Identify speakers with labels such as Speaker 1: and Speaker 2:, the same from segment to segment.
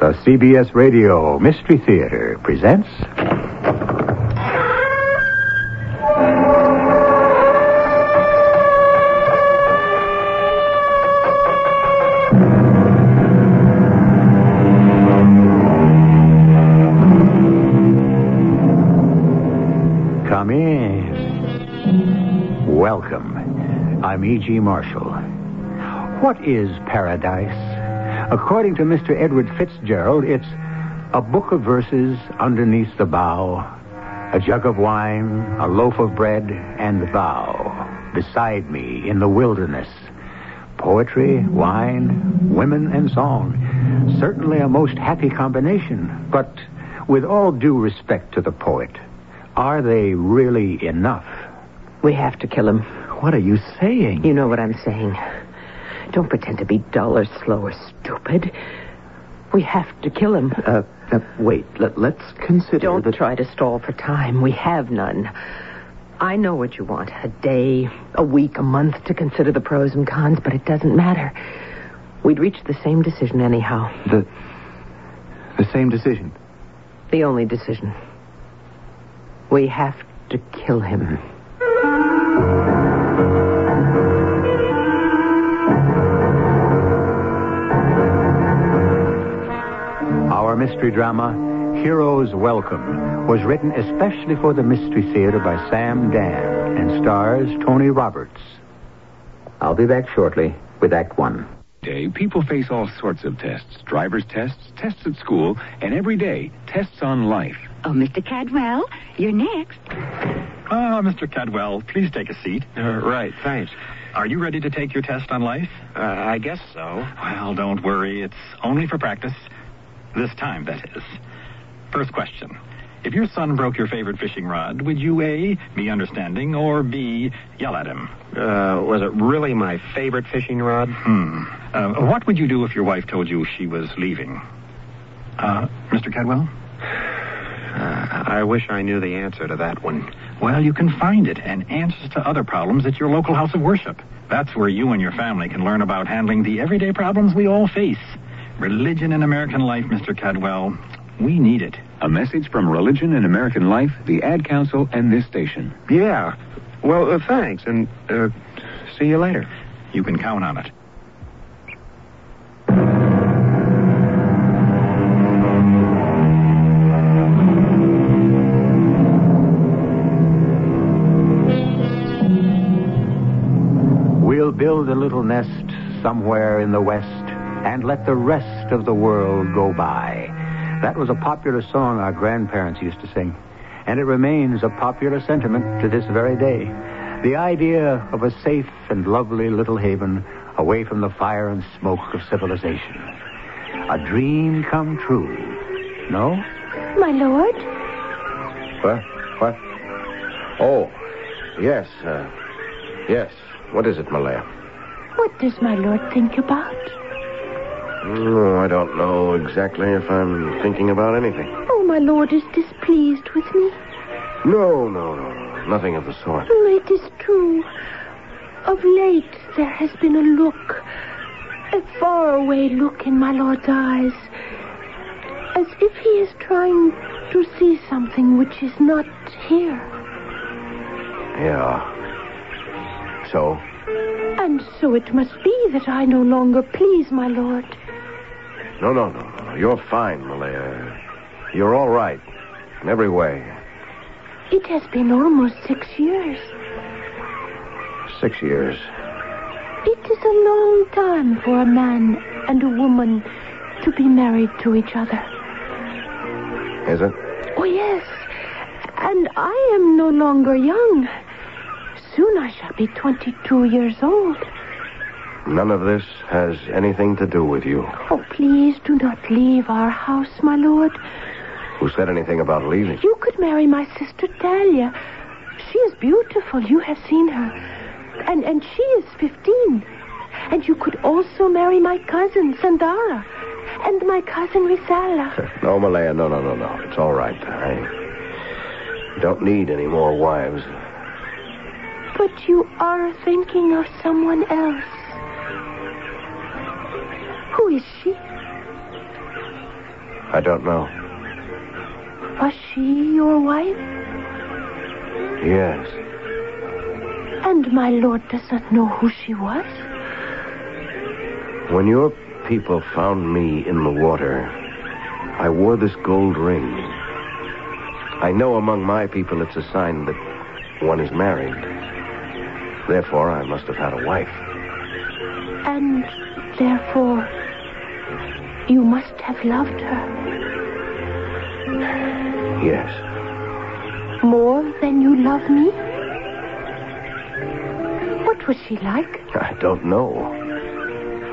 Speaker 1: The CBS Radio Mystery Theater presents. Come in. Welcome. I'm E.G. Marshall. What is paradise? According to Mr. Edward Fitzgerald, it's a book of verses underneath the bough, a jug of wine, a loaf of bread, and thou beside me in the wilderness. Poetry, wine, women, and song. Certainly a most happy combination, but with all due respect to the poet, are they really enough?
Speaker 2: We have to kill him.
Speaker 1: What are you saying?
Speaker 2: You know what I'm saying. Don't pretend to be dull or slow or stupid. We have to kill him.
Speaker 3: Uh, uh, wait, let, let's consider
Speaker 2: Don't
Speaker 3: the...
Speaker 2: try to stall for time. We have none. I know what you want a day, a week, a month to consider the pros and cons, but it doesn't matter. We'd reach the same decision anyhow.
Speaker 3: the... The same decision.
Speaker 2: The only decision. We have to kill him.
Speaker 1: Our mystery drama, Heroes Welcome, was written especially for the Mystery Theater by Sam Dan and stars Tony Roberts.
Speaker 3: I'll be back shortly with Act One.
Speaker 4: day, people face all sorts of tests driver's tests, tests at school, and every day, tests on life.
Speaker 5: Oh, Mr. Cadwell, you're next.
Speaker 6: Ah, Mr. Cadwell, please take a seat.
Speaker 7: Uh,
Speaker 6: right, thanks. Are you ready to take your test on life? Uh, I guess so. Well, don't worry. It's only for practice. This time, that is. First question. If your son broke your favorite fishing rod, would you A, be understanding, or B, yell at him?
Speaker 7: Uh, was it really my favorite fishing rod?
Speaker 6: Hmm. Uh, what would you do if your wife told you she was leaving? Uh, Mr. Cadwell? Uh,
Speaker 7: I wish I knew the answer to that one.
Speaker 6: Well, you can find it and answers to other problems at your local house of worship. That's where you and your family can learn about handling the everyday problems we all face. Religion in American life, Mr. Cadwell. We need it.
Speaker 4: A message from Religion and American Life, the Ad Council, and this station.
Speaker 7: Yeah. Well, uh, thanks, and uh, see you later.
Speaker 6: You can count on it.
Speaker 1: We'll build a little nest somewhere in the West and let the rest of the world go by. That was a popular song our grandparents used to sing, and it remains a popular sentiment to this very day. The idea of a safe and lovely little haven away from the fire and smoke of civilization. A dream come true. No?
Speaker 5: My lord?
Speaker 7: What? What? Oh, yes, uh, yes. What is it, Malaya?
Speaker 5: What does my lord think about?
Speaker 7: No, Oh, I don't know exactly if I'm thinking about anything.
Speaker 5: Oh, my lord is displeased with me.
Speaker 7: No, no, no, nothing of the sort.
Speaker 5: Oh, It is true. Of late, there has been a look, a faraway look in my lord's eyes, as if he is trying to see something which is not here.
Speaker 7: Yeah. So,
Speaker 5: And so it must be that I no longer please my lord.
Speaker 7: No, no, no, no, no. You're fine, Malaya. You're all right in every way.
Speaker 5: It has been almost six years.
Speaker 7: Six years.
Speaker 5: It is a long time for a man and a woman to be married to each other.
Speaker 7: Is it?
Speaker 5: Oh, yes. And I am no longer young. Soon I shall be 22 years old.
Speaker 7: None of this has anything to do with you.
Speaker 5: Oh, please do not leave our house, my lord.
Speaker 7: Who said anything about leaving?
Speaker 5: You could marry my sister Dahlia. She is beautiful. You have seen her. And, and she is 15. And you could also marry my cousin, Sandara, and my cousin Risala.
Speaker 7: No, Malaya, no, no, no, no. It's all right. I don't need any more wives.
Speaker 5: But you are thinking of someone else. Who is she?
Speaker 7: I don't know.
Speaker 5: Was she your wife?
Speaker 7: Yes.
Speaker 5: And my lord does not know who she was?
Speaker 7: When your people found me in the water, I wore this gold ring. I know among my people it's a sign that one is married. Therefore, I must have had a wife.
Speaker 5: And therefore, you must have loved her
Speaker 7: Yes.
Speaker 5: more than you love me? What was she like?
Speaker 7: I don't know.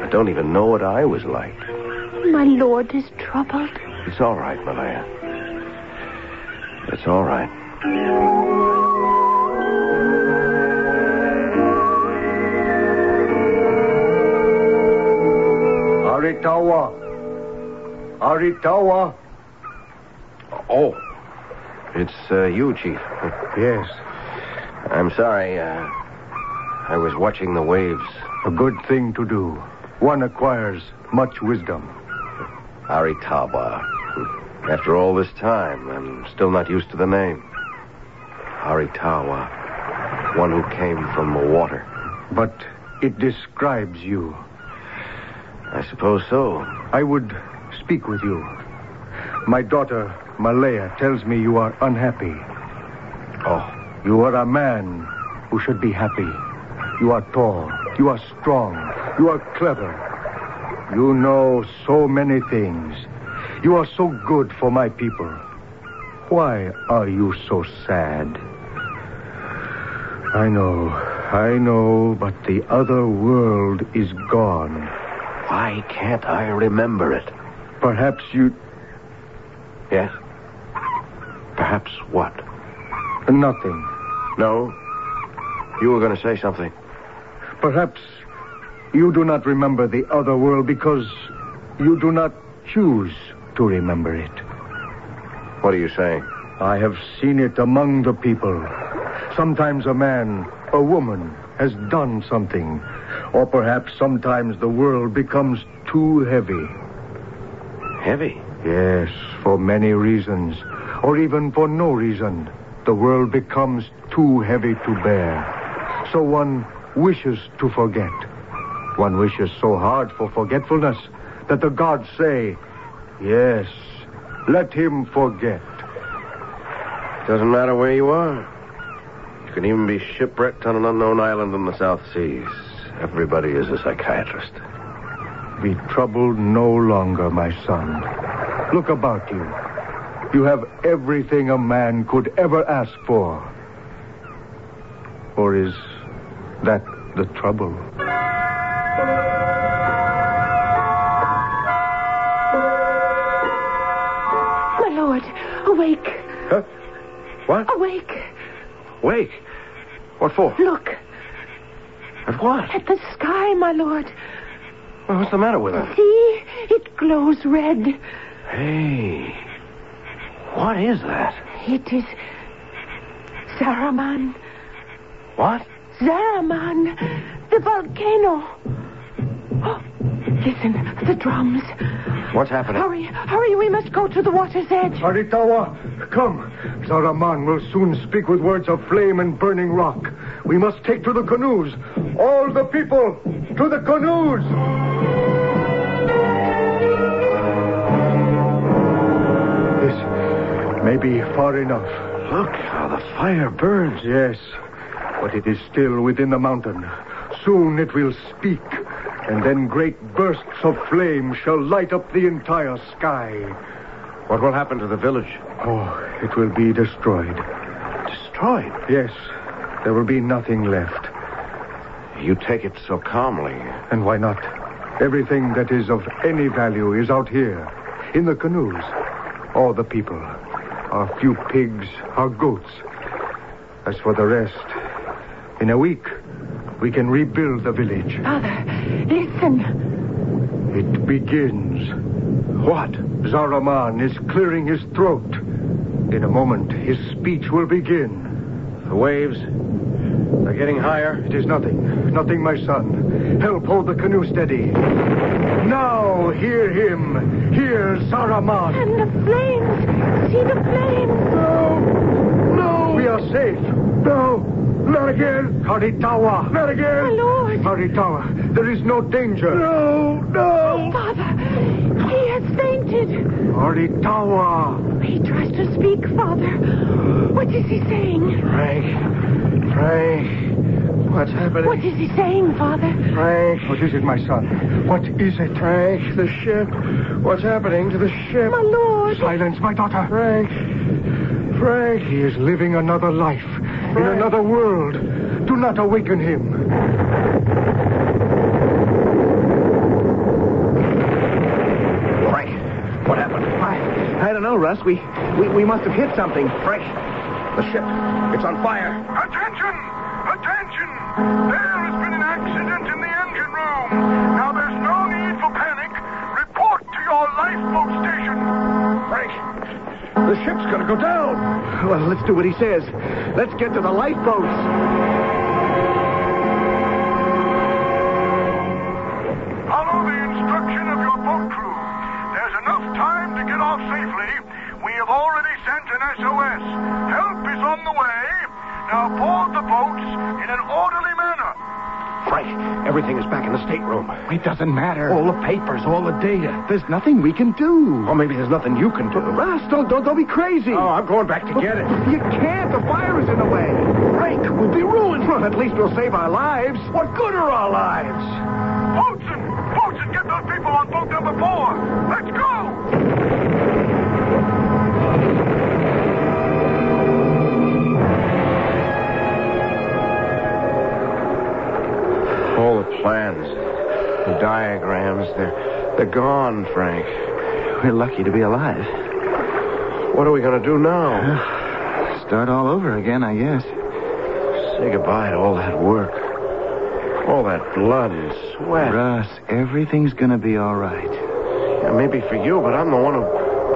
Speaker 7: I don't even know what I was like.
Speaker 5: My lord is troubled.
Speaker 7: It's all right, Malaya. It's all right.
Speaker 8: Aritawa. Aritawa.
Speaker 7: Oh, it's uh, you, Chief.
Speaker 9: Yes,
Speaker 7: I'm sorry. Uh, I was watching the waves.
Speaker 9: a good thing to do. One acquires much wisdom.
Speaker 7: Aritawa. After all this time, I'm still not used to the name. Aritawa. One who came from the water.
Speaker 9: But it describes you.
Speaker 7: I suppose so.
Speaker 9: I would speak with you. My daughter, Malaya, tells me you are unhappy.
Speaker 7: Oh,
Speaker 9: You are a man who should be happy. You are tall. You are strong. You are clever. You know so many things. You are so good for my people. Why are you so sad? I know, I know, but the other world is gone.
Speaker 7: why can't I remember it?
Speaker 9: Perhaps you.
Speaker 7: Yes? Perhaps what?
Speaker 9: Nothing.
Speaker 7: No. You were going to say something.
Speaker 9: Perhaps you do not remember the other world because you do not choose to remember it.
Speaker 7: What are you saying?
Speaker 9: I have seen it among the people. Sometimes a man, a woman, has done something. Or perhaps sometimes the world becomes too heavy.
Speaker 7: Heavy.
Speaker 9: Yes, for many reasons. Or even for no reason. The world becomes too heavy to bear. So one wishes to forget. One wishes so hard for forgetfulness that the gods say, Yes, let him forget.
Speaker 7: Doesn't matter where you are. You can even be shipwrecked on an unknown island in the South Seas. Everybody is a psychiatrist.
Speaker 9: Be troubled no longer, my son. Look about you. You have everything a man could ever ask for. Or is that the trouble?
Speaker 5: My lord, awake,
Speaker 7: Huh? What?
Speaker 5: awake.
Speaker 7: Wait. What for?
Speaker 5: Look
Speaker 7: At what?
Speaker 5: at the sky, my lord.
Speaker 7: Well, what's the matter with her?
Speaker 5: See, it glows red.
Speaker 7: Hey. What is that?
Speaker 5: It is Zaraman.
Speaker 7: What?
Speaker 5: Zaraman, the volcano. Oh, listen, the drums.
Speaker 7: What's happening?
Speaker 5: Hurry, hurry, we must go to the water's edge.
Speaker 9: Aritawa, come. Zaraman will soon speak with words of flame and burning rock. We must take to the canoes. All the people to the canoes. This may be far enough.
Speaker 7: Look how the fire burns.
Speaker 9: Yes, but it is still within the mountain. Soon it will speak, and then great bursts of flame shall light up the entire sky.
Speaker 7: What will happen to the village?
Speaker 9: Oh, it will be destroyed.
Speaker 7: Destroyed.
Speaker 9: Yes, there will be nothing left.
Speaker 7: You take it so calmly.
Speaker 9: And why not? Everything that is of any value is out here, in the canoes. All the people, our few pigs, our goats. As for the rest, in a week, we can rebuild the village.
Speaker 5: Father, listen.
Speaker 9: It begins. What? Zaraman is clearing his throat. In a moment, his speech will begin.
Speaker 7: The waves. They're getting higher.
Speaker 9: It is nothing. Nothing, my son. Help hold the canoe steady. Now hear him. Hear Zaraman.
Speaker 7: Come on.
Speaker 5: And the flames! See the flames!
Speaker 1: No! We are safe. No! Not again! Karitawa! Not again!
Speaker 5: My lord!
Speaker 1: Karitawa, there is no danger. No! No!
Speaker 5: Father! He has fainted!
Speaker 7: Ah.
Speaker 1: Karitawa!
Speaker 5: He tries to speak, Father. What is he saying?
Speaker 1: Frank! Frank! What's happening?
Speaker 5: What is he saying, Father?
Speaker 1: Frank! What is it, my son? What is it? Frank, the ship. What's happening to the ship?
Speaker 5: My lord!
Speaker 1: Silence, my daughter. Frank. Frank. He is living another life in another world. Do not awaken him.
Speaker 3: Frank, what happened? I, I don't know, Russ. We, we we must have hit something. Frank, the ship, it's on fire.
Speaker 10: Attention! Attention! There has been an accident in the engine room. Now there's no need for panic. Report to your lifeboat station.
Speaker 3: Frank, the ship's gonna go down. Well, let's do what he says. Let's get to the lifeboats.
Speaker 10: Follow the instruction of your boat crew. There's enough time to get off safely. We have already sent an SOS. Help is on the way. Now board the boats in an orderly manner.
Speaker 3: Frank, everything is back in the stateroom.
Speaker 1: It doesn't matter.
Speaker 3: All the papers, all the data. There's nothing we can do. Or maybe there's nothing you can do. Russ, don't, don't, don't be crazy.
Speaker 7: Oh, I'm going back to
Speaker 3: But
Speaker 7: get it.
Speaker 3: You can't. The fire is in the way. Frank, we'll be ruined. Well, at least we'll save our lives. What good are our lives?
Speaker 10: Boatswain! Boatswain, get those people on boat number four. Let's go!
Speaker 7: All the plans, the diagrams, they're, they're gone, Frank.
Speaker 3: We're lucky to be alive.
Speaker 7: What are we going to do now?
Speaker 3: Start all over again, I guess.
Speaker 7: Say goodbye to all that work, all that blood and sweat.
Speaker 3: Russ, everything's gonna be all right.
Speaker 7: Yeah, maybe for you, but I'm the one who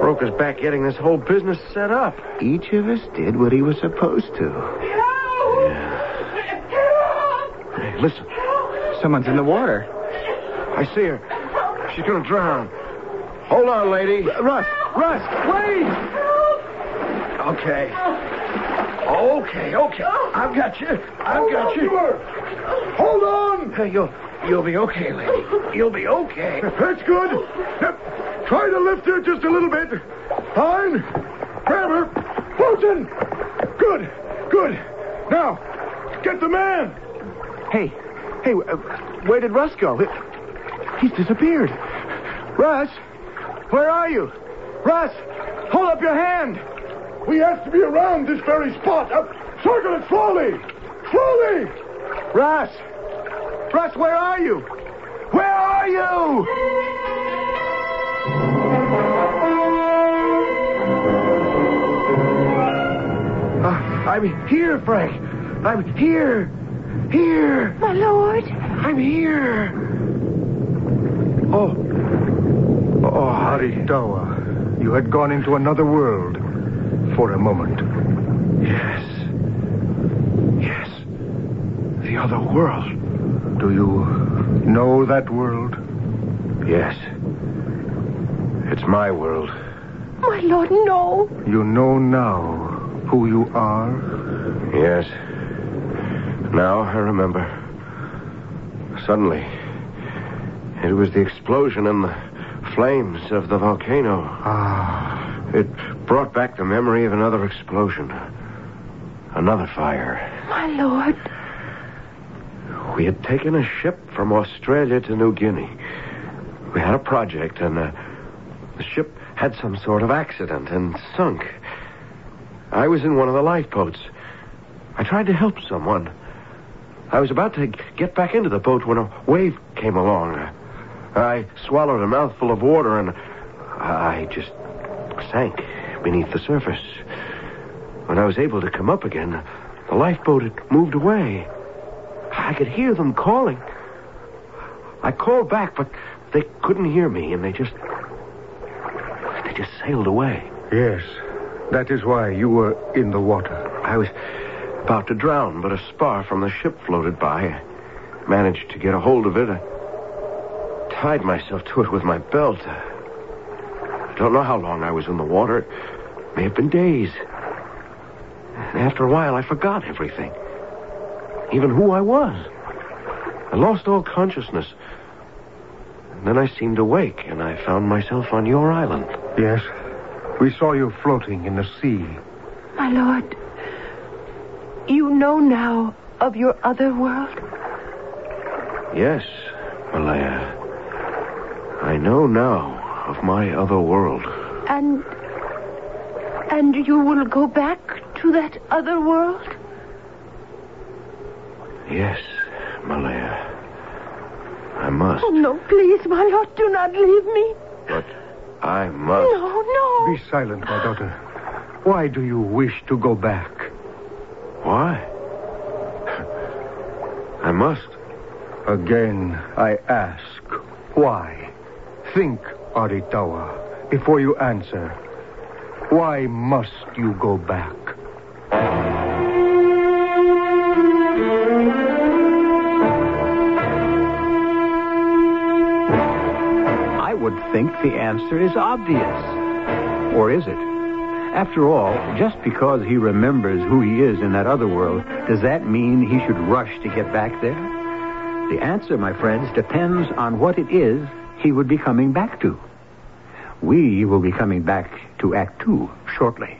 Speaker 7: broke his back getting this whole business set up.
Speaker 3: Each of us did what he was supposed to.
Speaker 7: Hey, listen,
Speaker 3: Someone's in the water.
Speaker 7: I see her. She's going to drown. Hold on, lady. Russ, Russ, wait!
Speaker 3: Okay. Okay, okay. I've got you. I've got you. Hold on. Hey, you'll you'll be okay, lady. You'll be okay.
Speaker 1: That's good. Yep. Try to lift her just a little bit. Fine. Grab her. Bolton. Good. Good. Now, get the man.
Speaker 3: Hey, hey, uh, where did Russ go? He's disappeared. Russ, where are you? Russ, hold up your hand.
Speaker 1: We have to be around this very spot. Up, circle it slowly. Slowly.
Speaker 3: Russ, Russ, where are you? Where are you? Uh, I'm here, Frank. I'm here. Here.
Speaker 5: My lord!
Speaker 3: I'm here. Oh.
Speaker 1: Oh, Haritawa, you had gone into another world for a moment.
Speaker 7: Yes. Yes. The other world.
Speaker 1: Do you know that world?
Speaker 7: Yes. It's my world.
Speaker 5: My lord, no!
Speaker 1: You know now who you are?
Speaker 7: Yes. Now Oh, I remember. Suddenly, it was the explosion and the flames of the volcano. Ah. It brought back the memory of another explosion, another fire.
Speaker 5: My lord!
Speaker 7: We had taken a ship from Australia to New Guinea. We had a project, and uh, the ship had some sort of accident and sunk. I was in one of the lifeboats. I tried to help someone. I was about to get back into the boat when a wave came along. I swallowed a mouthful of water and I just sank beneath the surface. When I was able to come up again, the lifeboat had moved away. I could hear them calling. I called back, but they couldn't hear me, and they just. They just sailed away.
Speaker 1: Yes. That is why you were in the water.
Speaker 7: I was about to drown, but a spar from the ship floated by. I managed to get a hold of it. I tied myself to it with my belt. Don't know how long I was in the water. May have been days. And after a while, I forgot everything. Even who I was. I lost all consciousness. And then I seemed awake, and I found myself on your island.
Speaker 9: Yes. We saw you floating in the sea.
Speaker 5: My lord, you know now of your other world?
Speaker 7: Yes. Well, I, uh, I know now of my other world.
Speaker 5: And. And you will go back to that other world?
Speaker 7: Yes, Malaya. I must.
Speaker 5: Oh, no, please, my lord, do not leave me.
Speaker 7: But I must.
Speaker 5: No, no.
Speaker 9: Be silent, my daughter. Why do you wish to go back?
Speaker 7: Why? I must.
Speaker 9: Again, I ask, why? Think, Aritawa, before you answer. Why must you go back?
Speaker 1: I would think the answer is obvious. Or is it? After all, just because he remembers who he is in that other world, does that mean he should rush to get back there? The answer, my friends, depends on what it is he would be coming back to. We will be coming back to Act Two shortly.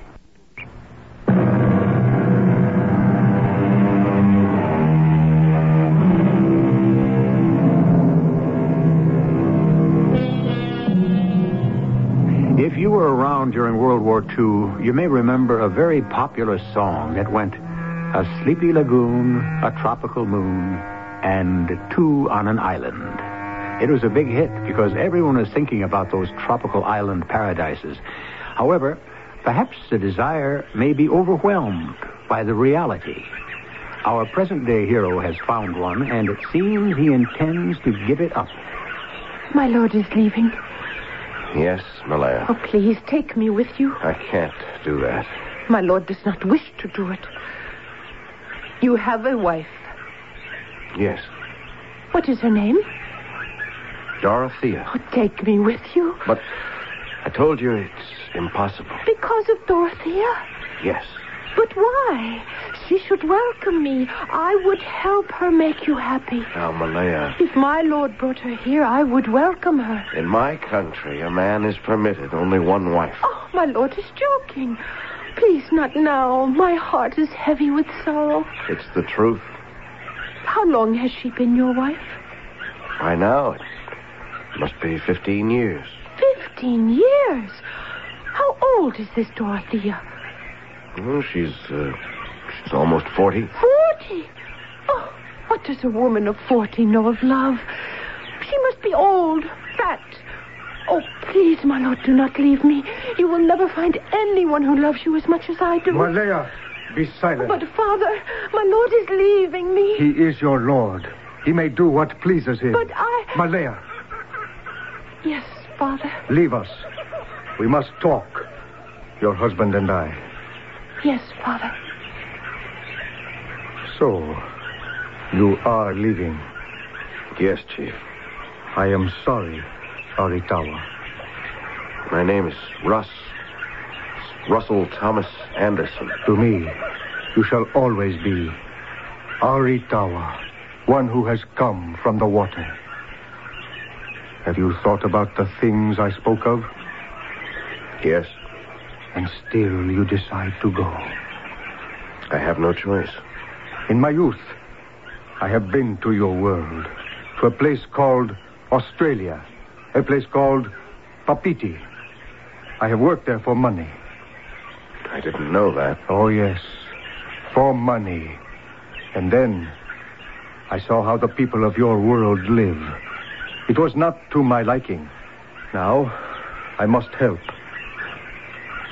Speaker 1: If you were around during World War II, you may remember a very popular song that went, A sleepy lagoon, a tropical moon, and two on an island. It was a big hit because everyone was thinking about those tropical island paradises. However, perhaps the desire may be overwhelmed by the reality. Our present day hero has found one, and it seems he intends to give it up.
Speaker 5: My lord is leaving.
Speaker 7: Yes, Malaya.
Speaker 2: Oh, please take me with you.
Speaker 7: I can't do that.
Speaker 2: My lord does not wish to do it. You have a wife.
Speaker 7: Yes.
Speaker 5: What is her name?
Speaker 7: Dorothea.
Speaker 5: Oh, take me with you.
Speaker 7: But I told you it's impossible.
Speaker 5: Because of Dorothea?
Speaker 7: Yes.
Speaker 5: But why? She should welcome me. I would help her make you happy.
Speaker 7: Now, Malaya,
Speaker 5: If my lord brought her here, I would welcome her.
Speaker 7: in my country, a man is permitted only one wife.
Speaker 5: Oh, my lord is joking. Please, not now. My heart is heavy with sorrow.
Speaker 7: It's the truth.
Speaker 5: How long has she been your wife?
Speaker 7: By now, it must be 15 years.
Speaker 5: Fifteen years. How old is this Dorothea?
Speaker 7: Well, she's, uh, she's almost 40.
Speaker 5: Forty. Oh, what does a woman of forty know of love? She must be old, fat. Oh, please, my lord, do not leave me. You will never find anyone who loves you as much as I do.
Speaker 9: Malaya, be silent.
Speaker 5: But, Father, my lord is leaving me.
Speaker 9: uh, He is your lord. He may do what pleases him.
Speaker 5: But I.
Speaker 9: Malaya,
Speaker 5: Yes, Father.
Speaker 9: leave us. We must talk, your husband and I.
Speaker 5: Yes, Father.
Speaker 9: So, you are leaving.
Speaker 7: Yes, Chief.
Speaker 9: I am sorry, Aritawa.
Speaker 7: My name is Russ. It's Russell Thomas Anderson.
Speaker 9: To me, you shall always be Aritawa, one who has come from the water. Have you thought about the things I spoke of?
Speaker 7: Yes,
Speaker 9: And still you decide to go.
Speaker 7: I have no choice.
Speaker 9: In my youth, I have been to your world, to a place called Australia, a place called Papiti. I have worked there for money.
Speaker 7: I didn't know that.
Speaker 9: Oh, yes, for money. And then I saw how the people of your world live. It was not to my liking. Now, I must help.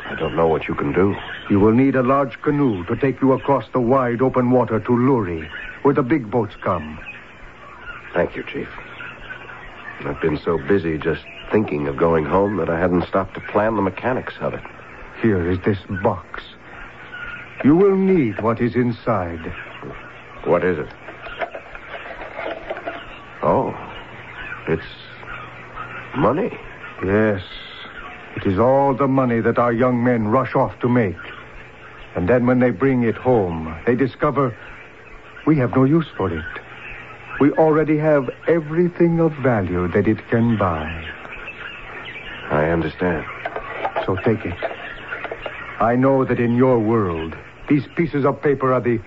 Speaker 7: I don't know what you can do.
Speaker 9: You will need a large canoe to take you across the wide open water to Luri, where the big boats come.
Speaker 7: Thank you, Chief. I've been so busy just thinking of going home that I hadn't stopped to plan the mechanics of it.
Speaker 9: Here is this box. You will need what is inside.
Speaker 7: What is it? Oh, it's money.
Speaker 9: Yes, It is all the money that our young men rush off to make. And then when they bring it home, they discover we have no use for it. We already have everything of value that it can buy.
Speaker 7: I understand.
Speaker 9: So take it. I know that in your world, these pieces of paper are the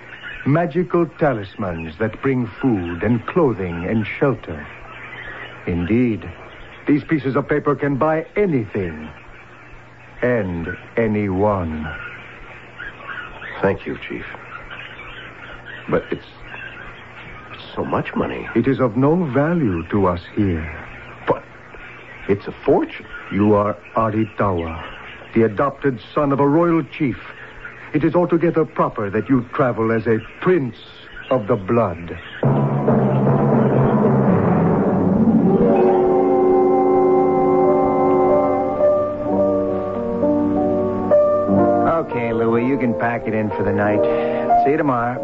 Speaker 9: magical talismans that bring food and clothing and shelter. Indeed, these pieces of paper can buy anything and anyone.
Speaker 7: Thank you, Chief. But it's, it's so much money.
Speaker 9: It is of no value to us here.
Speaker 7: But it's a fortune.
Speaker 9: You are Aritawa, the adopted son of a royal chief. It is altogether proper that you travel as a prince of the blood.
Speaker 11: Okay, Louie, you can pack it in for the night. See you tomorrow.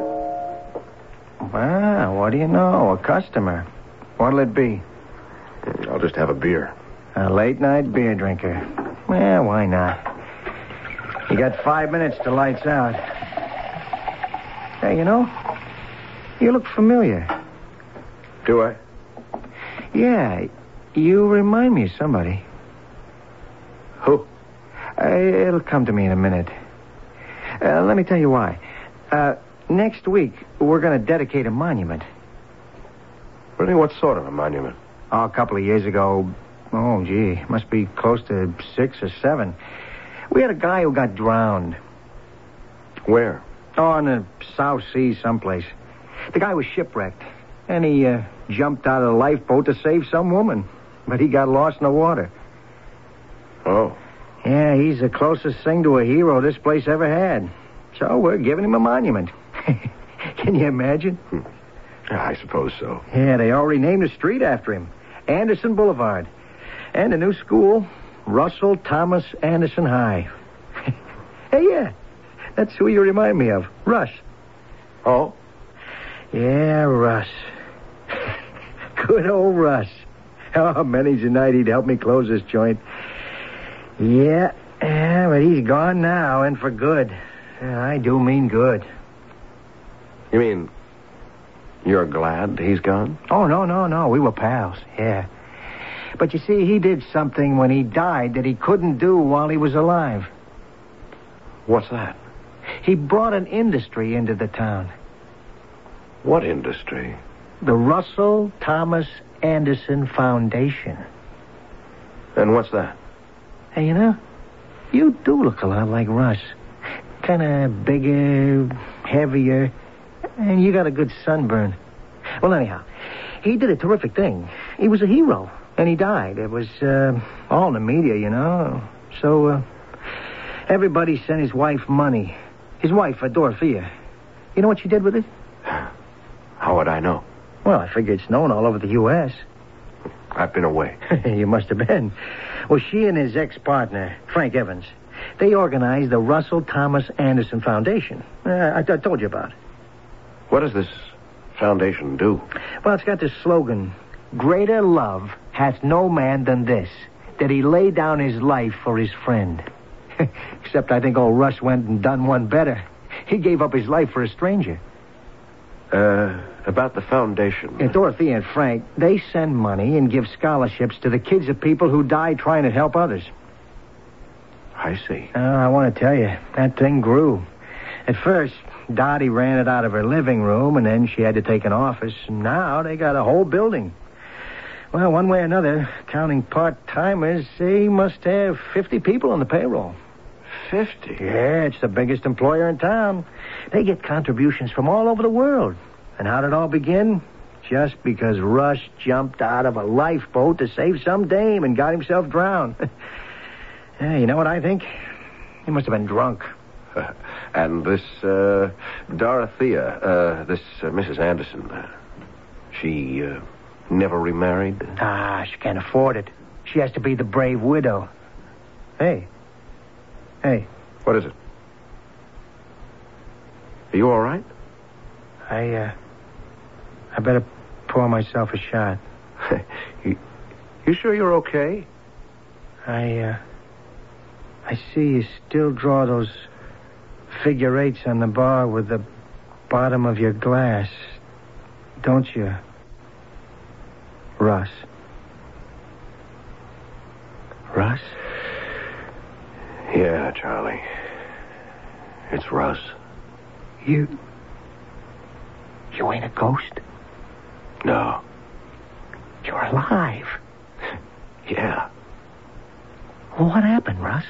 Speaker 11: Wow, what do you know? A customer. What'll it be?
Speaker 7: I'll just have a beer.
Speaker 11: A late night beer drinker. Well, why not? You got five minutes to lights out. Hey, you know, you look familiar.
Speaker 7: Do I?
Speaker 11: Yeah, you remind me of somebody.
Speaker 7: Who?
Speaker 11: Uh, it'll come to me in a minute. Uh, let me tell you why. Uh, next week, we're going to dedicate a monument.
Speaker 7: Really, what sort of a monument?
Speaker 11: Oh, a couple of years ago. Oh, gee, must be close to six or seven. We had a guy who got drowned.
Speaker 7: Where?
Speaker 11: Oh, in the South Sea, someplace. The guy was shipwrecked, and he uh, jumped out of the lifeboat to save some woman, but he got lost in the water.
Speaker 7: Oh,
Speaker 11: Yeah, he's the closest thing to a hero this place ever had. So we're giving him a monument. Can you imagine?
Speaker 7: I suppose so.
Speaker 11: Yeah, they already named a street after him Anderson Boulevard. And a new school, Russell Thomas Anderson High. hey, yeah. That's who you remind me of. Russ.
Speaker 7: Oh?
Speaker 11: Yeah, Russ. Good old Russ. Oh, many's a night he'd help me close this joint. Yeah, yeah, but he's gone now, and for good. I do mean good.
Speaker 7: You mean you're glad he's gone?
Speaker 11: Oh, no, no, no. We were pals, yeah. But you see, he did something when he died that he couldn't do while he was alive.
Speaker 7: What's that?
Speaker 11: He brought an industry into the town
Speaker 7: What industry?
Speaker 11: the Russell Thomas Anderson Foundation.
Speaker 7: And what's that?
Speaker 11: Hey, you know, you do look a lot like Russ. Kind of bigger, heavier, and you got a good sunburn. Well, anyhow, he did a terrific thing. He was a hero, and he died. It was uh, all in the media, you know. So uh, everybody sent his wife money. His wife, uh, Dorothea. You know what she did with it?
Speaker 7: How would I know?
Speaker 11: Well, I figure it's known all over the U.S.
Speaker 7: I've been away.
Speaker 11: you must have been. Well, she and his ex partner, Frank Evans, they organized the Russell Thomas Anderson Foundation. Uh, I, I told you about. it.
Speaker 7: What does this foundation do?
Speaker 11: Well, it's got this slogan Greater love hath no man than this, that he lay down his life for his friend. Except I think old Russ went and done one better. He gave up his life for a stranger.
Speaker 7: Uh, about the foundation.
Speaker 11: And Dorothy and Frank, they send money and give scholarships to the kids of people who die trying to help others.
Speaker 7: I see.
Speaker 11: Oh, I want to tell you, that thing grew. At first, Dottie ran it out of her living room, and then she had to take an office. And now they got a whole building. Well, one way or another, counting part timers, they must have 50 people on the payroll.
Speaker 7: Fifty?
Speaker 11: Yeah, it's the biggest employer in town. They get contributions from all over the world. And how did it all begin? Just because Russ jumped out of a lifeboat to save some dame and got himself drowned. yeah, you know what I think? He must have been drunk.
Speaker 7: Uh, And this, uh, Dorothea, uh, this uh, Mrs. Anderson, uh, she, uh, never remarried?
Speaker 11: Ah, she can't afford it. She has to be the brave widow. Hey. Hey,
Speaker 7: What is it? Are you all right?
Speaker 11: I, uh. I better pour myself a shot.
Speaker 7: you, you sure you're okay?
Speaker 11: I, uh. I see you still draw those figure eights on the bar with the bottom of your glass, don't you, Russ? Russ?
Speaker 7: Yeah, Charlie. It's Russ.
Speaker 11: You. You ain't a ghost.
Speaker 7: No.
Speaker 11: You're alive.
Speaker 7: Yeah.
Speaker 11: Well, what happened, Russ?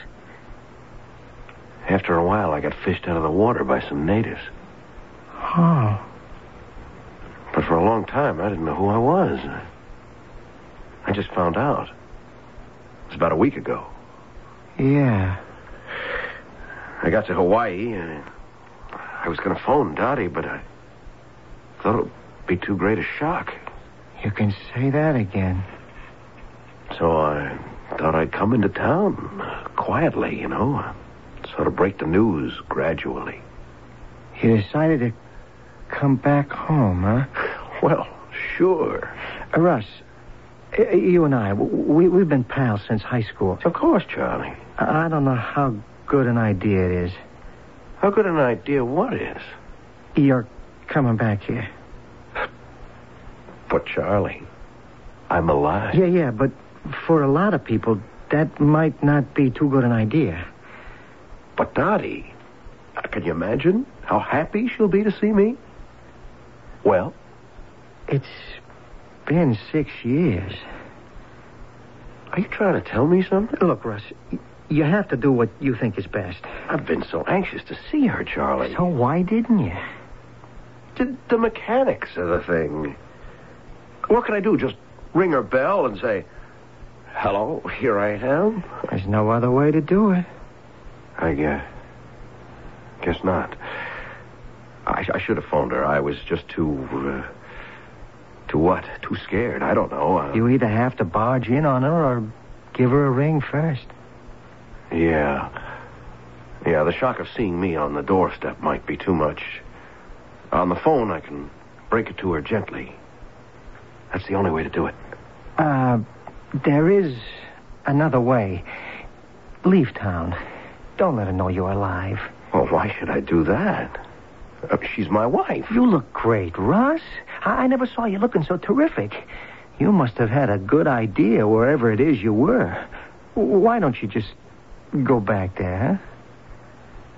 Speaker 7: After a while, I got fished out of the water by some natives.
Speaker 11: Oh.
Speaker 7: But for a long time, I didn't know who I was. I just found out. It was about a week ago.
Speaker 11: Yeah.
Speaker 7: I got to Hawaii, and I was going to phone Dottie, but I thought it would be too great a shock.
Speaker 11: You can say that again.
Speaker 7: So I thought I'd come into town uh, quietly, you know, sort of break the news gradually.
Speaker 11: You decided to come back home, huh?
Speaker 7: Well, sure.
Speaker 11: Uh, Russ, uh, you and I, w- we, we've been pals since high school.
Speaker 7: Of course, Charlie.
Speaker 11: I I don't know how good an idea it is.
Speaker 7: How good an idea what is?
Speaker 11: You're coming back here.
Speaker 7: But, Charlie, I'm alive.
Speaker 11: Yeah, yeah, but for a lot of people, that might not be too good an idea.
Speaker 7: But, Dottie, uh, can you imagine how happy she'll be to see me? Well,
Speaker 11: It's been six years.
Speaker 7: are you trying to tell me something?
Speaker 11: Look, Russ, y- you have to do what you think is best.
Speaker 7: I've been so anxious to see her, Charlie.
Speaker 11: So why didn't you?
Speaker 7: Did the mechanics of the thing. What can I do? Just ring her bell and say, "Hello, here I am."
Speaker 11: There's no other way to do it.
Speaker 7: I guess. Guess not. I, I should have phoned her. I was just too. Uh, too what? Too scared. I don't know. Uh,
Speaker 11: You either have to barge in on her or give her a ring first.
Speaker 7: Yeah. Yeah, the shock of seeing me on the doorstep might be too much. On the phone, I can break it to her gently. That's the only way to do it.
Speaker 11: Uh, there is another way. Leave town. Don't let her know you're alive.
Speaker 7: Well, why should I do that? Uh, she's my wife.
Speaker 11: You look great, Russ. I-, I never saw you looking so terrific. You must have had a good idea wherever it is you were. W- Why don't you just go back there?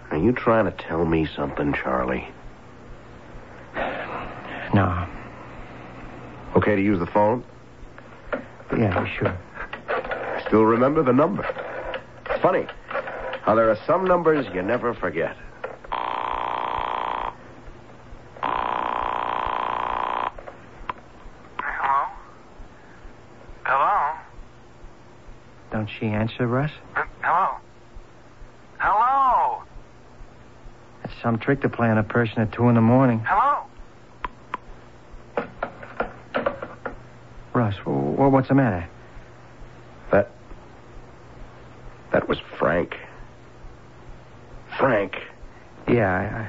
Speaker 11: huh?
Speaker 7: Are you trying to tell me something, Charlie?
Speaker 11: No.
Speaker 7: Okay to use the phone?
Speaker 11: Yeah, sure.
Speaker 7: I still remember the number. It's funny how there are some numbers you never forget.
Speaker 10: Hello? Hello?
Speaker 11: Don't she answer, Russ?
Speaker 10: Uh, Hello? Hello?
Speaker 11: That's some trick to play on a person at two in the morning.
Speaker 10: Hello?
Speaker 11: Russ, w- w- what's the matter?
Speaker 7: That. That was Frank. Frank.
Speaker 11: Yeah,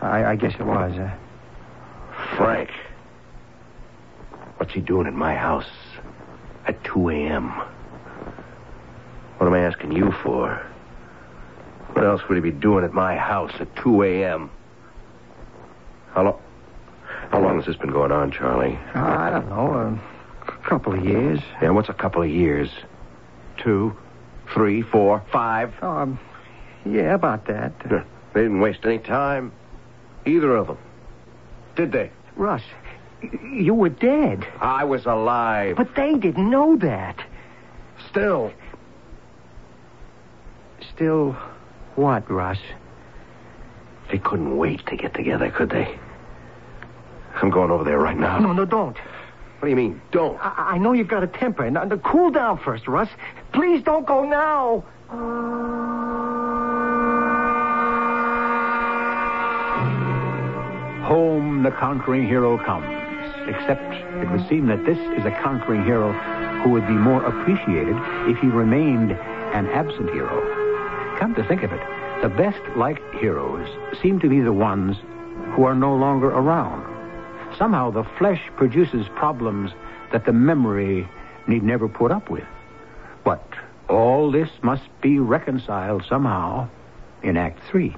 Speaker 11: I, I, I guess it was. Uh,
Speaker 7: Frank. What's he doing in my house at 2 a.m.? What am I asking you for? What else would he be doing at my house at 2 a.m.? How long? How long has this been going on, Charlie?
Speaker 11: I don't know, a c- couple of years.
Speaker 7: Yeah, what's a couple of years? Two, three, four, five.
Speaker 11: Um, yeah, about that.
Speaker 7: They didn't waste any time. Either of them. Did they?
Speaker 11: Russ, y- you were dead,
Speaker 7: I was alive.
Speaker 11: but they didn't know that.
Speaker 7: Still.
Speaker 11: Still, what, Russ?
Speaker 7: They couldn't wait to get together, could they? I'm going over there right now.
Speaker 11: No, no, don't.
Speaker 7: What do you mean, don't?
Speaker 11: I, I know you've got a temper. Now, now, cool down first, Russ. Please don't go now.
Speaker 1: Home the conquering hero comes. Except it would seem that this is a conquering hero who would be more appreciated if he remained an absent hero. Come to think of it, the best liked heroes seem to be the ones who are no longer around. Somehow the flesh produces problems that the memory need never put up with. But All this must be reconciled somehow in Act Three.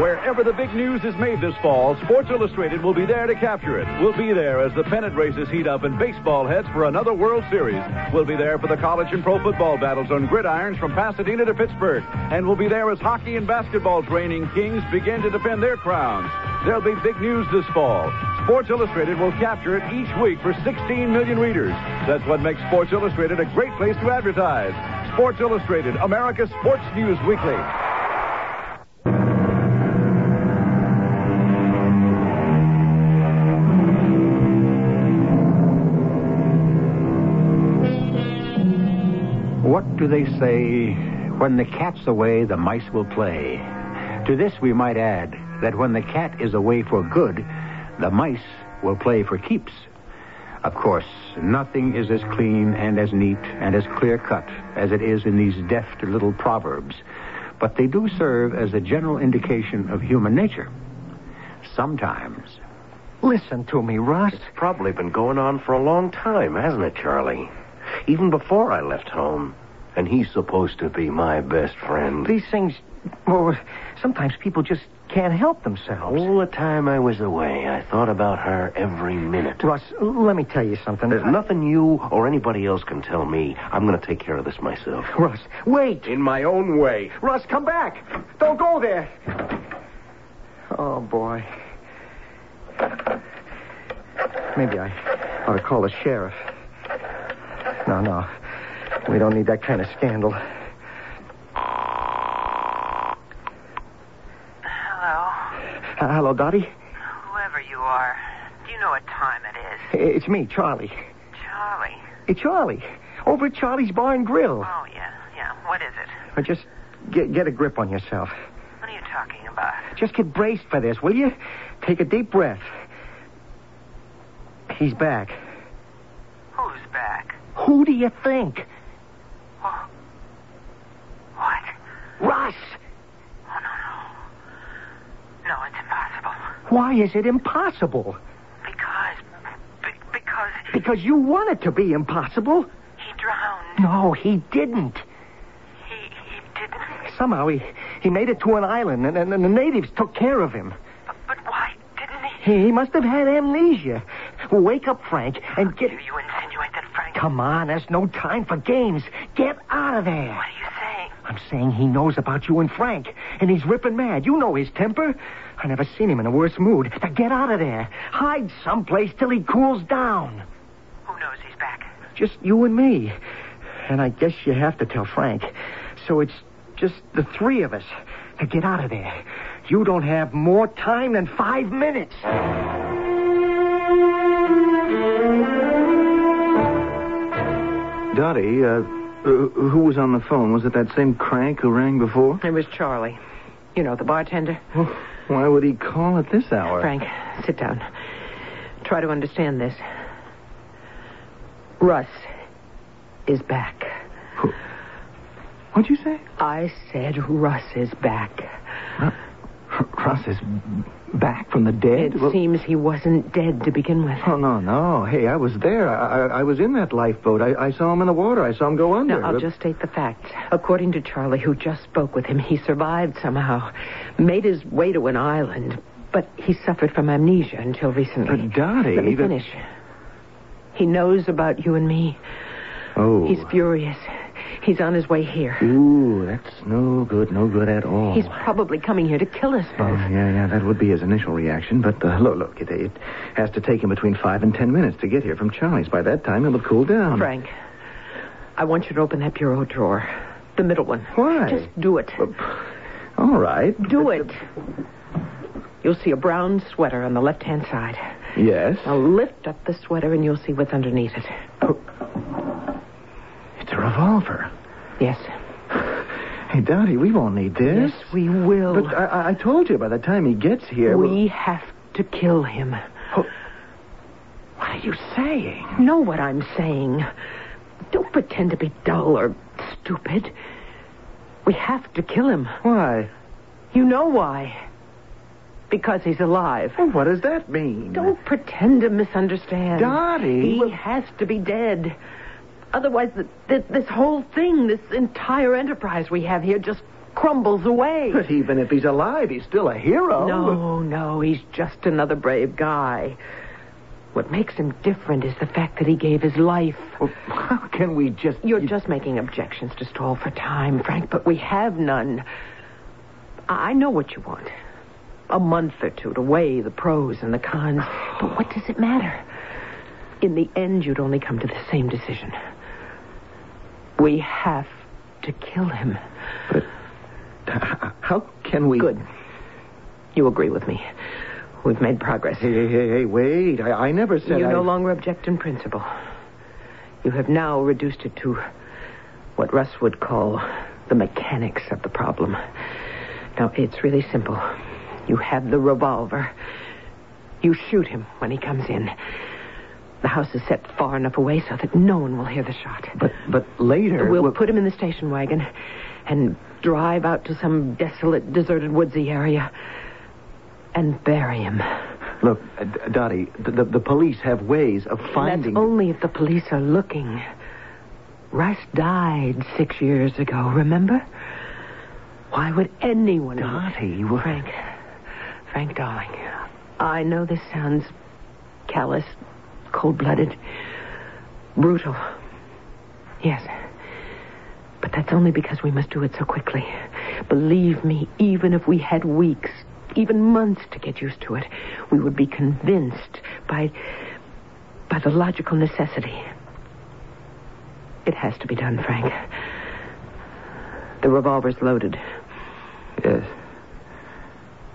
Speaker 12: Wherever the big news is made this fall, Sports Illustrated will be there to capture it. We'll be there as the pennant races heat up and baseball heads for another World Series. We'll be there for the college and pro football battles on gridirons from Pasadena to Pittsburgh. And we'll be there as hockey and basketball reigning kings begin to defend their crowns. There'll be big news this fall. Sports Illustrated will capture it each week for 16 million readers. That's what makes Sports Illustrated a great place to advertise. Sports Illustrated, America's Sports News Weekly.
Speaker 1: What do they say? When the cat's away, the mice will play. To this, we might add that when the cat is away for good, the mice will play for keeps. Of course, nothing is as clean and as neat and as clear cut as it is in these deft little proverbs, but they do serve as a general indication of human nature. Sometimes.
Speaker 11: Listen to me, Russ.
Speaker 7: It's probably been going on for a long time, hasn't it, Charlie? Even before I left home. And he's supposed to be my best friend.
Speaker 11: These things, well, sometimes people just can't help themselves.
Speaker 7: All the time I was away, I thought about her every minute.
Speaker 11: Russ, let me tell you something.
Speaker 7: There's nothing you or anybody else can tell me. I'm going to take care of this myself.
Speaker 11: Russ, wait.
Speaker 7: In my own way.
Speaker 11: Russ, come back. Don't go there. Oh, boy. Maybe I ought to call the sheriff. No, no. We don't need that kind of scandal.
Speaker 13: Hello,
Speaker 11: Uh, hello, Dottie.
Speaker 13: whoever you are. Do you know what time it is?
Speaker 11: It's me, Charlie.
Speaker 13: Charlie.
Speaker 11: Hey, Charlie. Over at Charlie's Bar and Grill.
Speaker 13: Oh, yeah, yeah. What is it?
Speaker 11: Uh, Just get, get a grip on yourself.
Speaker 13: What are you talking about?
Speaker 11: Just get braced for this, will you? Take a deep breath. He's back.
Speaker 13: Who's back?
Speaker 11: Who do you think?
Speaker 13: Wha- What?
Speaker 11: Russ!
Speaker 13: Oh, no, no. No, it's impossible.
Speaker 11: Why is it impossible?
Speaker 13: Because. Be, because
Speaker 11: Because you want it to be impossible.
Speaker 13: he drowned.
Speaker 11: No, he didn't.
Speaker 13: He, he didn't.
Speaker 11: Somehow he, he made it to an island, and, and, and the natives took care of him.
Speaker 13: But, but why didn't he?
Speaker 11: He, he must have had amnesia. Wake up, Frank, and get.
Speaker 13: Do you insinuate that Frank.
Speaker 11: Come on, there's no time for games. Get out of there.
Speaker 13: What are you saying?
Speaker 11: I'm saying he knows about you and Frank, and he's ripping mad. You know his temper. I never seen him in a worse mood. Now get out of there. Hide someplace till he cools down.
Speaker 13: Who knows he's back?
Speaker 11: Just you and me. And I guess you have to tell Frank. So it's just the three of us. Now get out of there. You don't have more time than five minutes.
Speaker 14: Dottie, uh, uh, who was on the phone? Was it that same crank who rang before? Oh,
Speaker 2: It was Charlie. You know, the bartender.
Speaker 14: Why would he call at this hour?
Speaker 2: Frank, sit down. Try to understand this. Russ is back.
Speaker 14: What'd you say?
Speaker 2: I said Russ is back.
Speaker 14: Russ is back from the dead?
Speaker 2: It
Speaker 14: Well-
Speaker 2: seems he wasn't dead to begin with.
Speaker 14: Oh, no, no. Hey, I was there. I, I, I was in that lifeboat. I, I saw him in the water. I saw him go under.
Speaker 2: Now, I'll
Speaker 14: Uh,
Speaker 2: just state the facts. According to Charlie, who just spoke with him, he survived somehow, made his way to an island, but he suffered from amnesia until recently.
Speaker 14: But, Dottie,
Speaker 2: Let me
Speaker 14: that-
Speaker 2: finish. He knows about you and me.
Speaker 14: Oh.
Speaker 2: He's furious. He's on his way here.
Speaker 14: Ooh, that's no good, no good at all.
Speaker 2: He's probably coming here to kill us both.
Speaker 14: Oh, Yeah, yeah, yeah, that would be his initial reaction. But uh, look, look, it, it has to take him between five and ten minutes to get here from Charlie's. By that time, he'll have cooled down.
Speaker 2: Frank, I want you to open that bureau drawer. The middle one.
Speaker 14: Why?
Speaker 2: Just do it.
Speaker 14: All right.
Speaker 2: Do it. You'll see a brown sweater on the left hand side.
Speaker 14: Yes.
Speaker 2: Now lift up the sweater and you'll see what's underneath it.
Speaker 14: It's a revolver.
Speaker 2: Yes.
Speaker 14: Hey, Dottie, we won't need this.
Speaker 2: Yes, we will.
Speaker 14: But I, I- I told you, by the time he gets here,
Speaker 2: we
Speaker 14: we'll- Oh.
Speaker 2: have to kill him.
Speaker 14: What are you saying?
Speaker 2: Know what I'm saying. Don't pretend to be dull or stupid. We have to kill him.
Speaker 14: Why?
Speaker 2: You know why. Because he's alive.
Speaker 14: Well, what does that mean?
Speaker 2: Don't pretend to misunderstand.
Speaker 14: Dottie,
Speaker 2: He
Speaker 14: well-
Speaker 2: has to be dead. Otherwise, th- th- this whole thing, this entire enterprise we have here, just crumbles away. But
Speaker 14: even if he's alive, he's still a hero.
Speaker 2: No, no, he's just another brave guy. What makes him different is the fact that he gave his life.
Speaker 14: how can we just.
Speaker 2: You're just making objections to stall for time, Frank, but we have none. I I know what you want. A month or two to weigh the pros and the cons. But what does it matter? In the end, you'd only come to the same decision. We have to kill him.
Speaker 14: uh, How can we.
Speaker 2: Good. You agree with me. We've made progress.
Speaker 14: Hey, hey, hey, hey wait. I, I never said
Speaker 2: you
Speaker 14: I...
Speaker 2: no longer object in principle. You have now reduced it to what Russ would call the mechanics of the problem. Now, it's really simple. You have the revolver. You shoot him when he comes in. The house is set far enough away so that no one will hear the shot. But
Speaker 14: but later
Speaker 2: we'll, put him in the station wagon and drive out to some desolate, deserted, woodsy area and bury him.
Speaker 14: Look, uh, D- Dottie, the, the, the police have ways of
Speaker 2: And
Speaker 14: finding.
Speaker 2: That's only if the police are looking. Russ died six years ago, remember? Why would anyone... Dottie, you Frank, Frank, darling, I know this sounds callous, cold-blooded, brutal. Yes. But that's only because we must do it so quickly. Believe me, even if we had weeks, even months to get used to it, we would be convinced by by the logical necessity. It has to be done, Frank. The revolver's loaded.
Speaker 14: Yes.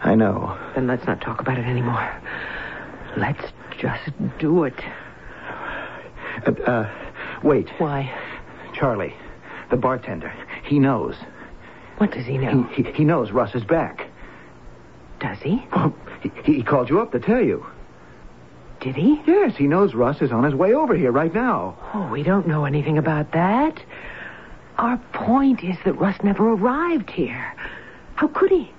Speaker 14: I know.
Speaker 2: Then let's not talk about it anymore. Let's just do it.
Speaker 14: Uh, uh, wait.
Speaker 2: Why?
Speaker 14: Charlie, the bartender, he knows.
Speaker 2: What does he know?
Speaker 14: He, he, knows Russ is back.
Speaker 2: Does he?
Speaker 14: he? He called you up to tell you.
Speaker 2: Did he?
Speaker 14: Yes, he knows Russ is on his way over here right now.
Speaker 2: Oh, we don't know anything about that. Our point is that Russ never arrived here. How could he?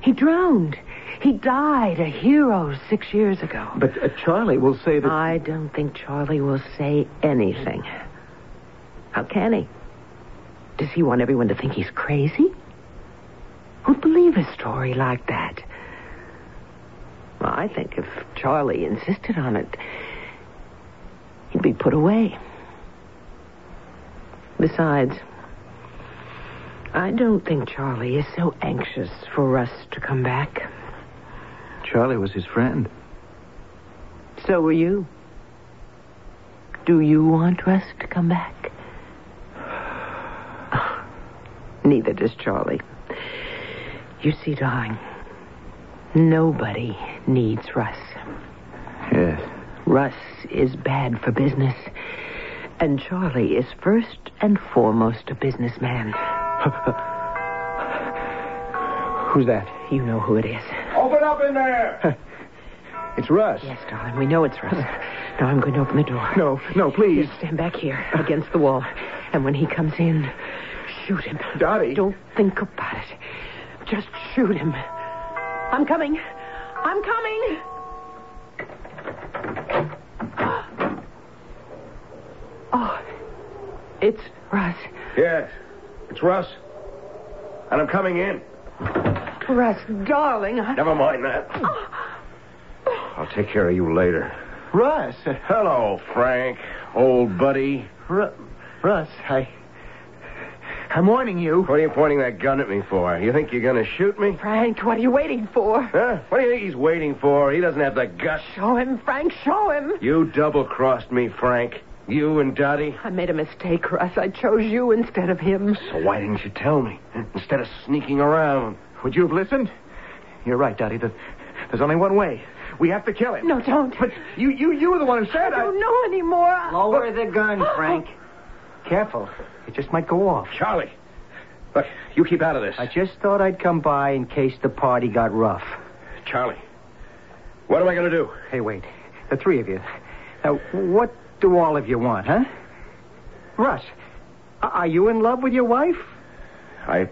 Speaker 2: He drowned. He died a hero six years ago.
Speaker 14: But uh, Charlie will say that.
Speaker 2: I don't think Charlie will say anything. How can he? Does he want everyone to think he's crazy? Who'd believe a story like that? Well, I think if Charlie insisted on it, he'd be put away. Besides, I don't think Charlie is so anxious for Russ to come back.
Speaker 14: Charlie was his friend.
Speaker 2: So were you. Do you want Russ to come back? Ah, Neither does Charlie. You see, darling, nobody needs Russ.
Speaker 14: Yes.
Speaker 2: Russ is bad for business, and Charlie is first and foremost a businessman.
Speaker 14: Who's that?
Speaker 2: You know who it is.
Speaker 3: Open up in there.
Speaker 14: It's Russ.
Speaker 2: Yes, darling, we know it's Russ. Now I'm going to open the door.
Speaker 14: No, no, please.
Speaker 2: stand back here against the wall. And when he comes in, shoot him.
Speaker 14: Dottie.
Speaker 2: Don't think about it. Just shoot him. I'm coming. I'm coming. Oh, it's Russ.
Speaker 9: Yes, it's Russ. And I'm coming in.
Speaker 2: Russ, darling. I...
Speaker 9: Never mind that. I'll take care of you later.
Speaker 14: Russ.
Speaker 9: Hello, Frank, old buddy.
Speaker 14: Ru- Russ, I. I'm warning you.
Speaker 9: What are you pointing that gun at me for? You think you're going to shoot me?
Speaker 2: Frank, what are you waiting for?
Speaker 9: Huh? What do you think he's waiting for? He doesn't have the guts.
Speaker 2: Show him, Frank, show him.
Speaker 9: You double crossed me, Frank. You and Dottie.
Speaker 2: I made a mistake, Russ. I chose you instead of him.
Speaker 9: So why didn't you tell me? Instead of sneaking around.
Speaker 14: Would you have listened? You're right, Dottie. There- There's only one way. We have to kill him.
Speaker 2: No, don't.
Speaker 14: But you, you, you were the one who said
Speaker 2: I don't know anymore.
Speaker 11: Lower the gun, Frank. Careful. It just might go off.
Speaker 9: Charlie. Look, you keep out of this.
Speaker 11: I just thought I'd come by in case the party got rough.
Speaker 9: Charlie. What am I going to do?
Speaker 11: Hey, wait. The three of you. Now, what do all of you want, huh? Russ, a- are you in love with your wife?
Speaker 9: I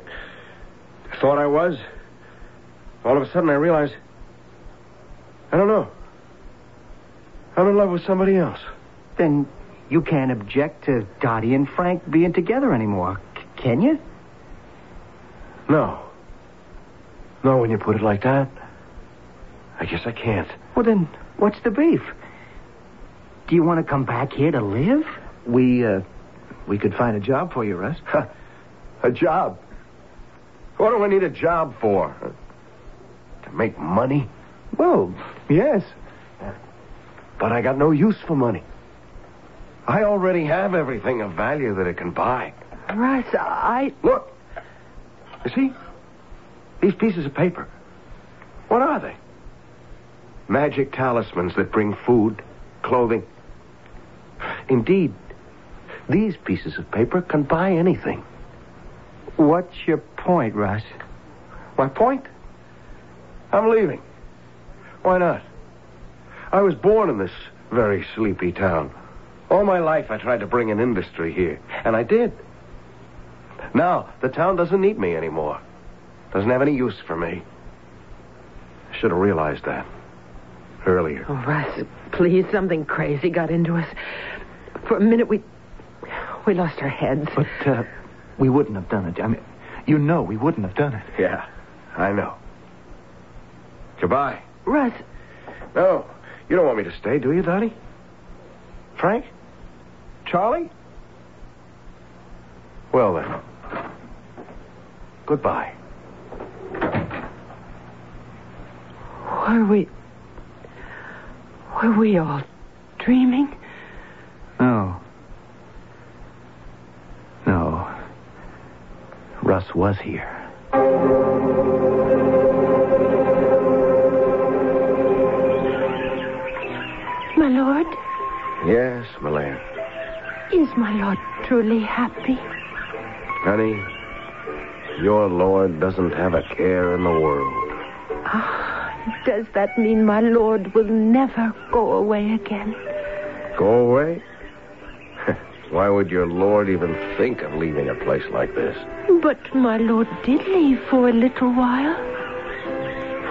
Speaker 9: thought I was. All of a sudden, I realized. I don't know. I'm in love with somebody else.
Speaker 11: Then
Speaker 15: you can't object to Dottie and Frank being together anymore, c- can you?
Speaker 7: No. No, when you put it like that, I guess I can't.
Speaker 15: Well, then, what's the beef? Do you want to come back here to live?
Speaker 14: We, uh, we could find a job for you, Russ.
Speaker 7: A job? What do I need a job for? To make money? Well, yes. But I got no use for money. I already have everything of value that it can buy.
Speaker 2: Russ, I.
Speaker 7: Look. You see? These pieces of paper. What are they? Magic talismans that bring food, clothing. Indeed, these pieces of paper can buy anything.
Speaker 15: What's your point, Russ?
Speaker 7: My point? I'm leaving. Why not? I was born in this very sleepy town. All my life I tried to bring an industry here, and I did. Now, the town doesn't need me anymore. Doesn't have any use for me. I should have realized that earlier.
Speaker 2: Oh, Russ, please, something crazy got into us. For a minute, we. We lost our heads.
Speaker 14: But uh, we wouldn't have done it. I mean, you know we wouldn't have done it.
Speaker 7: Yeah, I know. Goodbye.
Speaker 2: Russ,
Speaker 7: No, you don't want me to stay, do you, Dottie? Frank? Charlie? Well, then. Goodbye.
Speaker 2: were we. Were we all dreaming?
Speaker 14: No. No. Russ was here.
Speaker 5: My lord,
Speaker 7: Yes, Malaya.
Speaker 5: is my lord truly happy?
Speaker 7: Honey, your Lord doesn't have a care in the world.
Speaker 5: Does that mean my lord will never go away again?
Speaker 7: Go away? Why would your Lord even think of leaving a place like this?
Speaker 5: But my lord did leave for a little while.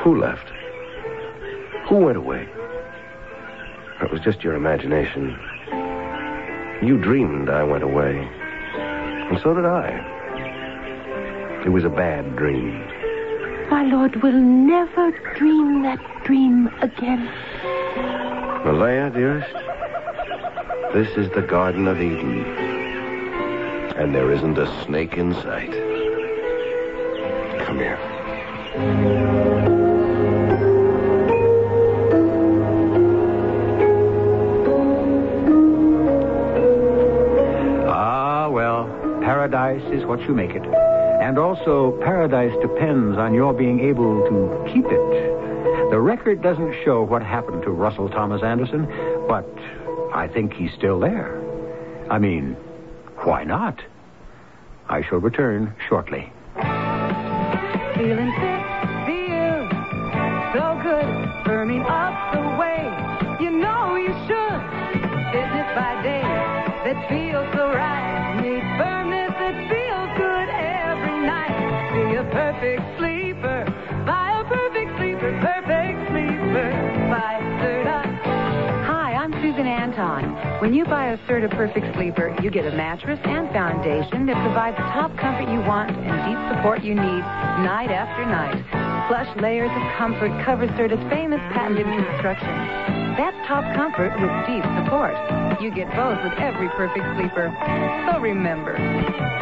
Speaker 7: Who left? Who went away? It was just your imagination. You dreamed I went away. And so did I. It was a bad dream.
Speaker 5: My lord will never dream that dream again.
Speaker 7: Malaya, dearest, this is the Garden of Eden. And there isn't a snake in sight. Come here.
Speaker 1: Ah, well, paradise is what you make it. And also, paradise depends on your being able to keep it. The record doesn't show what happened to Russell Thomas Anderson, but I think he's still there. I mean, why not? I shall return shortly.
Speaker 16: Feeling sick, feel so good, firming up the way. You know you should. Business by day that feels so right. Need firmness that feels good every night. Be a perfect sleeper. Buy a perfect sleeper, perfect sleeper. Buy Serta.
Speaker 17: Hi, I'm Susan Anton. When you buy a Serta Perfect Sleeper, you get a mattress and foundation that provides the top comfort you want and deep support you need night after night. Plush layers of comfort cover Serta's famous patented construction. That's top comfort with deep support. You get both with every Perfect Sleeper. So remember,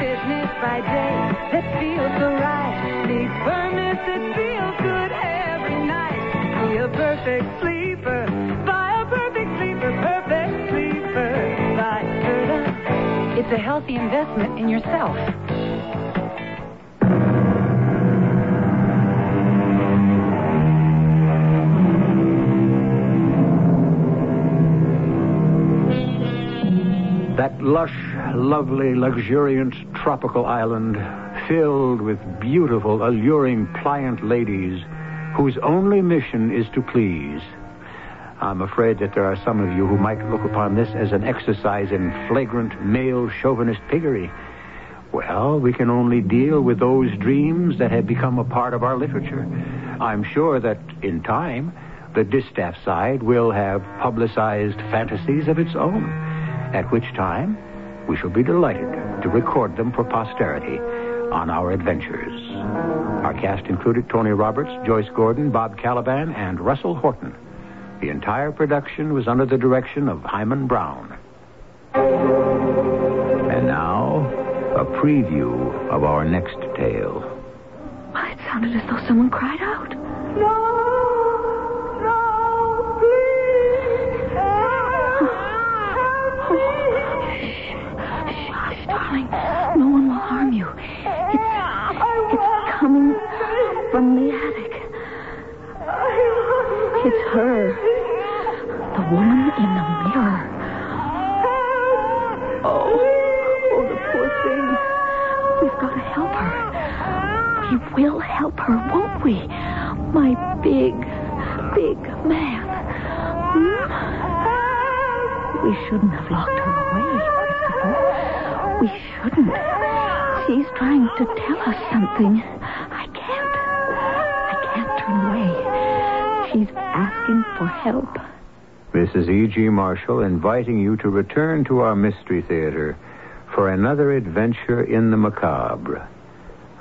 Speaker 16: Business by day that feels so right. Need firmness that feels good every night. Be a perfect sleeper. Buy a perfect sleeper, perfect sleeper. Buy Serta.
Speaker 17: it's a healthy investment in yourself.
Speaker 1: That lush, lovely, luxuriant tropical island filled with beautiful, alluring, pliant ladies whose only mission is to please. I'm afraid that there are some of you who might look upon this as an exercise in flagrant male chauvinist piggery. Well, we can only deal with those dreams that have become a part of our literature. I'm sure that in time, the distaff side will have publicized fantasies of its own. at which time we shall be delighted to record them for posterity on our adventures. Our cast included Tony Roberts, Joyce Gordon, Bob Caliban, and Russell Horton. The entire production was under the direction of Hyman Brown. And now, a preview of our next tale.
Speaker 18: Why, it sounded as though someone cried out. Shh, darling. No one will harm you. It's, it's coming from the attic. It's her. The woman in the mirror. Oh, oh, the poor thing. We've got to help her. We will help her, won't we? My big, big man. Hmm? We shouldn't have locked her away, Christopher. We shouldn't. She's trying to tell us something. I can't. I can't turn away. She's asking for help.
Speaker 1: This is E.G. E. Marshall inviting you to return to our Mystery Theater for another adventure in the macabre.